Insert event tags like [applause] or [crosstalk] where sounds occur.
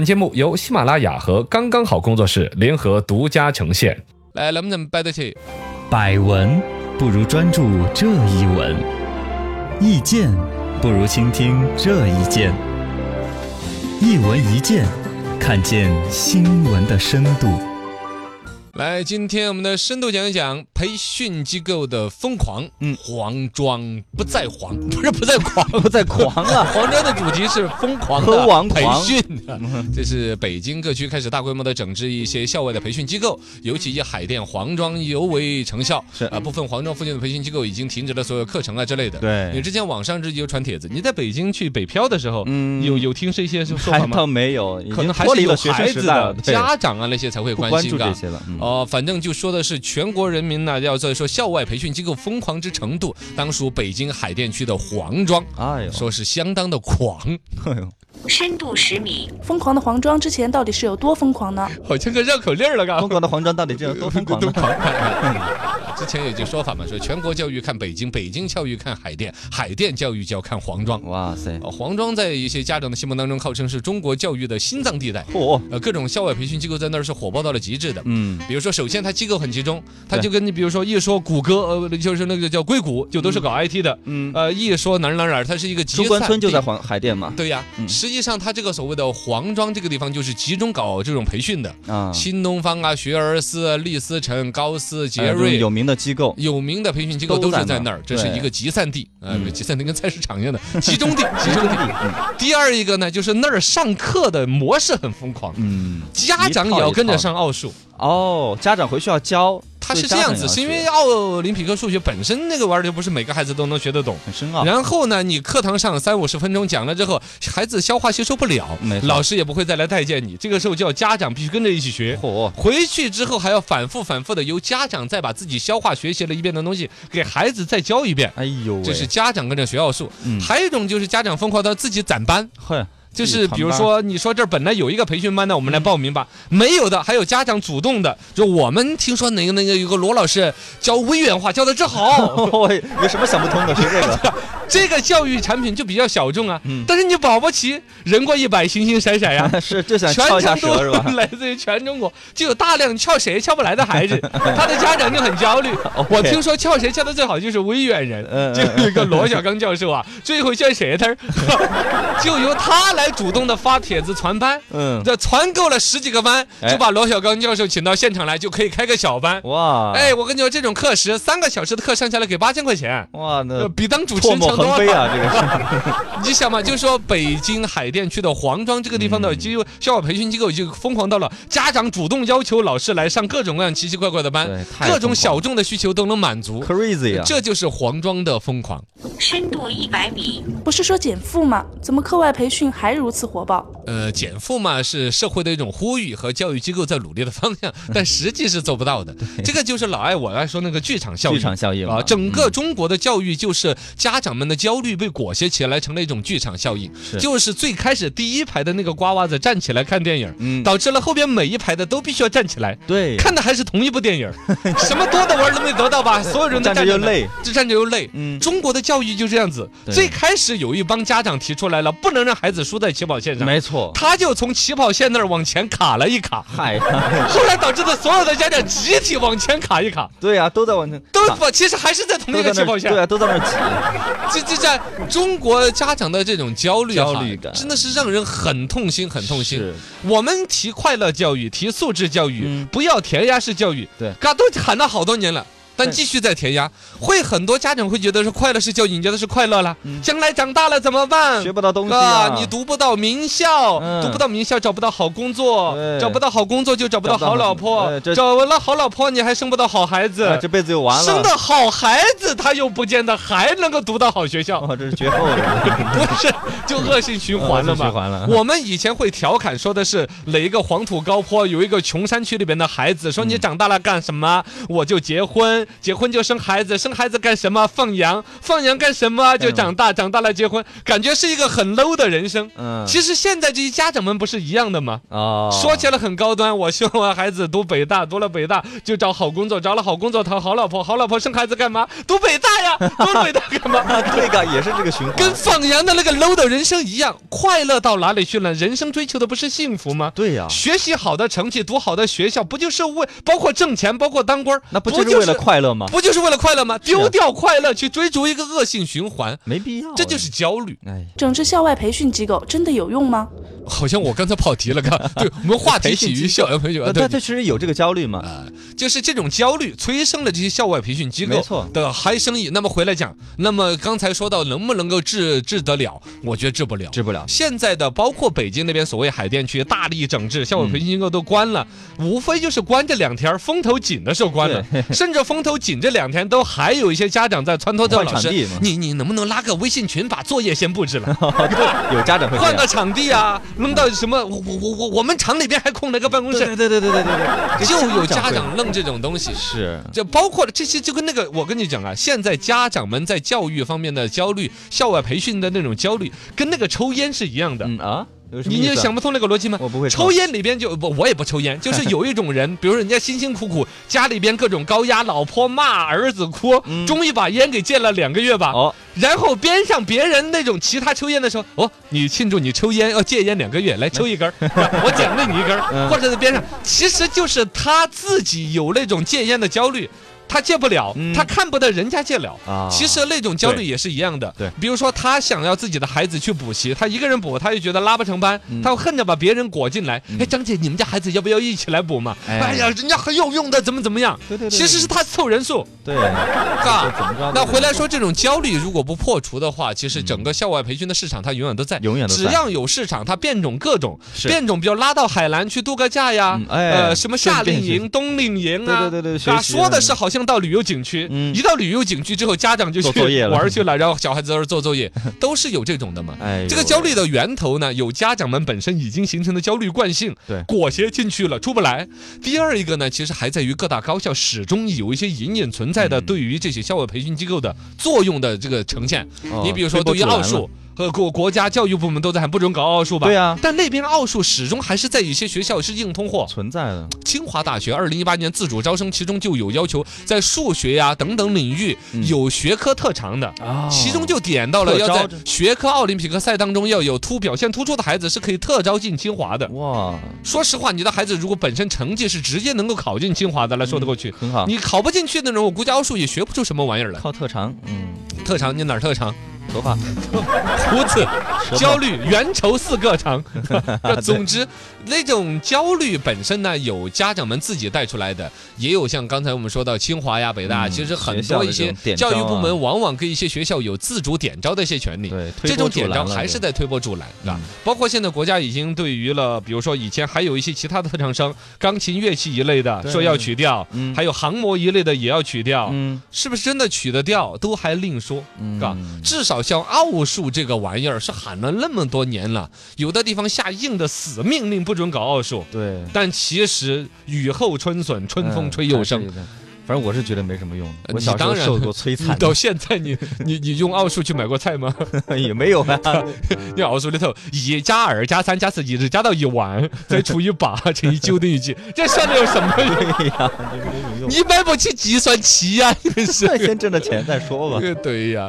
本节目由喜马拉雅和刚刚好工作室联合独家呈现。来，能不能掰得起？百闻不如专注这一闻，意见不如倾听这一见。一闻一见，看见新闻的深度。来，今天我们的深度讲一讲培训机构的疯狂，嗯，黄庄不在黄，不是不在狂，不再狂 [laughs] 了。黄庄的主题是疯狂和王培 [laughs] 狂训，这是北京各区开始大规模的整治一些校外的培训机构，尤其以海淀黄庄尤为成效。是啊，部分黄庄附近的培训机构已经停止了所有课程啊之类的。对你之前网上自己有传帖子，你在北京去北漂的时 [laughs] 候，嗯有有听是一些说还法吗倒？没有，已可经能还脱是离有了学生孩时子代的了，对家长啊那些才会不关关心注这啊。些了。嗯哦，反正就说的是全国人民呢、要在说校外培训机构疯狂之程度，当属北京海淀区的黄庄，哎呦，说是相当的狂，哎呦，深度十米，疯狂的黄庄之前到底是有多疯狂呢？ [laughs] 好像个绕口令儿了，嘎 [laughs] 疯。狂的黄庄到底这有多疯狂呢？之前有句说法嘛，说全国教育看北京，北京教育看海淀，海淀教育就要看黄庄。哇塞，啊，黄庄在一些家长的心目当中，号称是中国教育的心脏地带。嚯，呃，各种校外培训机构在那儿是火爆到了极致的。嗯，比如说，首先它机构很集中，它就跟你比如说一说谷歌，呃，就是那个叫硅谷，就都是搞 IT 的，嗯呃，一说哪儿哪儿哪儿，它是一个集中关散村就地在。黄海淀嘛，对呀，嗯实际上它这个所谓的黄庄这个地方，就是集中搞这种培训的，啊，新东方啊、学而思啊、力思成、高思、哎杰这种瑞。有名的机构，有名的培训机构都都在是在那那儿儿，这是对一个集散地，呃，嗯集散地跟菜市场一 [laughs] 样的集中地，集中地。第二一个呢，就是那儿上课的模式很疯狂，嗯，家长也要跟着上奥数。哦，家长回去要教，它所以是家这样长子，要是因学为奥林匹克数学本身那个玩意儿就不是每个孩子都能学得懂。很深奥，然后呢，你课堂上三五十分钟讲了之后，孩子消化吸收不了没，错老师也不会再来待见你。这个时候就要家长必须跟着一起学。嚯，回去之后还要反复反复的由家长再把自己消化学习了一遍的东西给孩子再教一遍。哎呦喂，这是家长跟着学奥数，嗯还有一种就是家长疯狂到自己攒班，会，就是比如 [laughs] 说嗯你说这儿本来有一个培训班的，我们来报名吧，没有的，还有家长主动的，就我们听说哪个那个有个罗老师教微原画教的这 [laughs] 好，哦，有什么想不通的？学这个，这个教育产品就比较小众啊嗯，但是你保不齐人过一百，形形色色呀。 [laughs] 是就想全翘一下程舌都是吧 [laughs] ？来自于全中国，就有大量翘谁翘不来的孩 [laughs] 子，他的家长就很焦虑。我听说翘谁翘的最好就是威远人，嗯嗯 [laughs] 就有一个罗小刚教授啊，最会教舌头儿， [laughs] 就由他来主动的发帖子传班。 [laughs] [laughs] 嗯，这传够了十几个班，哎就把罗小刚教授请到现场来，就可以开个小班。哇，哎，我跟你说，这种课时三个小时的课上下来给八千块钱，哇，那呃比当主持唾人沫强横多飞了。啊，这个 [laughs] 是，你想嘛，就说北京海淀区的黄庄这个地方的机校外培训机构已经疯狂到了，家长主动要求老师来上各种各样奇奇怪怪的班对，太各种疯狂小众的需求都能满足。 crazy 啊，这就是黄庄的疯狂。深度一百米，不是说减负吗？怎么课外培训还如此火爆？呃，减负嘛是社会的一种呼吁和教育机构在努力的方向，嗯但实际是做不到的。这个就是老爱我爱说那个剧场效应。剧场效应啊，嘛嗯整个中国的教育就是家长们的焦虑被裹挟起来，成了一种剧场效应。就是最开始第一排的那个瓜娃子站起来看电影，嗯导致了后边每一排的都必须要站起来。对，看的还是同一部电影，什么多的玩意儿都没得到吧？所有人都站着那又累，这站着又累。嗯中国的教育就这样子。对最开始有一帮家长提出来了，不能让孩子输在起跑线上，[laughs] 没错，他就从起跑线那儿往前卡了一卡，嗨， [laughs] 后来导致的所有的家长集体往前卡一卡，对啊，都在往前， [laughs] 都啊不，其实还是在同一都个在起那跑儿，线对。啊，都在那儿挤，这这在中国家长的这种焦虑哈焦虑感真的是让人很痛心，很痛心是。我们提快乐教育，提素质教育，嗯不要填鸭式教育，对嘎都喊了好多年了。但对继续在填鸭，会很多家长会觉得是快乐式教育，你觉得是快乐了，将来长大了怎么 [laughs] 办？嗯学不到东西啊啊，，你读不到名校，嗯读不到名校找不到好工作，对找不到好工作就找不到找不到好老婆哎，这找了好老婆你还生不到好孩啊子，这辈子又完生了的，好孩子他又不见得还能够读到好学校，哦，这是绝 [laughs] 后的，不是就恶性循环了恶性嘛？循环了我们以前会调侃说的是哪一个黄土高坡有一个穷山区里边的孩子说你长大了干什么？我就结婚，结婚就生孩子，生孩子干什么？放羊，放羊干什嗯么？就长大，长大了结婚，感觉是一个很 low 的人生。嗯，其实现在这些家长们不是一样的吗？哦，说 [laughs] 起来很高端， [laughs] 我希望我孩子读北大，读了北大就找好工作，找了好工作讨好老婆，好老婆生孩子干嘛？读北大呀，读北大干嘛？啊，对个也是这个循环，跟放羊的那个 low 的人生一样，快乐到哪里去了？人生追求的不是幸福吗？对呀，学习好的成绩，读好的学校，不就是为包括挣钱，包括当官儿，那不就就是为了快乐吗？不就是为了快乐吗？啊丢掉快乐去追逐一个恶性循环，没必要，啊这就是焦虑。哎，整治校外培训机构真的有用吗？好像我刚才跑题了，看， [laughs] 对我们话题起于校园培训，啊那他对，嗯他其实有这个焦虑嘛，就是这种焦虑催生了这些校外培训机没构错的嗨生意。那么回来讲，那么刚才说到能不能够治治得了？我觉得治不了。治不了，啊 [laughs] 现在的包括北京那边所谓海淀区大力整治，校委培训机构都关了，嗯无非就是关这两天儿风头紧的时候关了， [laughs] 甚至风头紧这两天都还有一些家长在撺掇着换老场师地嘛，你你能不能拉个微信群把作业先布置了？ [laughs] 对，有家长会这换个样，场地啊，弄到什么？我我我我我们厂里边还空了个办公室，对对对对对对对 [laughs] 对，就有家会长弄这种东西。是，这包括了这些，就跟那个我跟你讲啊，现在家长们在教育方面的焦虑，校外培训的那种焦虑，跟那个抽烟是一样的。嗯啊，有什么你就意思啊想不通那个逻辑吗？我不会抽抽烟里边就不，我也不抽烟， [laughs] 就是有一种人，比如人家辛辛苦苦家里边各种高压，老婆骂，儿子哭，嗯终于把烟给戒了两个月吧。哦，然后边上别人那种其他抽烟的时候，哦，你庆祝你抽烟哦戒烟两个月，来抽一根 [laughs] 儿，我奖励你一根儿，嗯或者在边上，其实就是他自己有那种戒烟的焦虑。他戒不了，嗯他看不得人家戒了。啊其实那种焦虑对也是一样的。对比如说他想要自己的孩子去补习，他一个人补，他就觉得拉不成班，嗯他会恨着把别人裹进来。哎，张姐，你们家孩子要不要一起来补嘛？哎哎呀，人家很有用的，怎么怎么样？对对对对其实是他凑人数，对，怎嘎。么着？啊那回来说，这种焦虑如果不破除的话，其实整个校外培训的市场它永远都在，永远都在只要有市场，它变种各种，嗯是变种，比如拉到海南去度个假呀嗯，哎呃，什么夏令顺便营、冬令营啊，对对对对学啊，习说的是好像到旅游景区，嗯一到旅游景区之后，家长就去做作业了玩去了，然后小孩子在那儿做作 [laughs] 业，都是有这种的嘛。哎呦，这个焦虑的源头呢，有家长们本身已经形成的焦虑惯性，对裹挟进去了，出不来。第二一个呢，其实还在于各大高校始终有一些隐隐存在嗯的对于这些校外培训机构的作用的这个呈现。哦你比如说，对于奥数，和国国家教育部门都在喊不准搞奥数吧？对啊但那边奥数始终还是在有些学校是硬通货。存在的，清华大学二零一八年自主招生，其中就有要求在数学呀、等等领域嗯有学科特长的，哦其中就点到了特要招在这学科奥林匹克赛当中要有突表现突出的孩子是可以特招进清华的。哇，说实话，你的孩子如果本身成绩是直接能够考进清华的，来说得过去。很好，你考不进去那种，我估计奥数也学不出什么玩意 [laughs] 儿来。靠特长，嗯，特长你哪儿特长？头发，嗯胡子、舌头焦虑、缘愁四个 [laughs] 长。总之，那种焦虑本身呢，有家长们自己带出来的，也有像刚才我们说到清华呀、北大，啊嗯其实很学校多的一些这种点教育招啊部门往往跟一些学校有自主点招的一些权利。对，推这波种助点澜招了还是对在推波助澜，对吧嗯？包括现在国家已经对于了，比如说以前还有一些其他的特长生，钢琴乐器一类的对说要取掉，嗯还有航模一类的也要取掉，嗯是不是真的取得掉都还另说，嗯嘎。至少像奥数这个玩意儿是喊了那么多年了，有的地方下硬的死命令不准搞奥数，对，但其实雨后春笋，春风嗯吹又。还生。是有点反正我是觉得没什么用的，呃我小你时候当然受过摧你残到现在你你你用奥数去买过菜吗？的， [laughs] 也 [laughs] 没有啊，你奥数里头一加二加三加四一直加到一万，再除以八乘以九等于几？这算的有什么用？对呀，这没有用。 [laughs] 你买不起计算器呀、你们是那先挣着钱再说吧。对呀、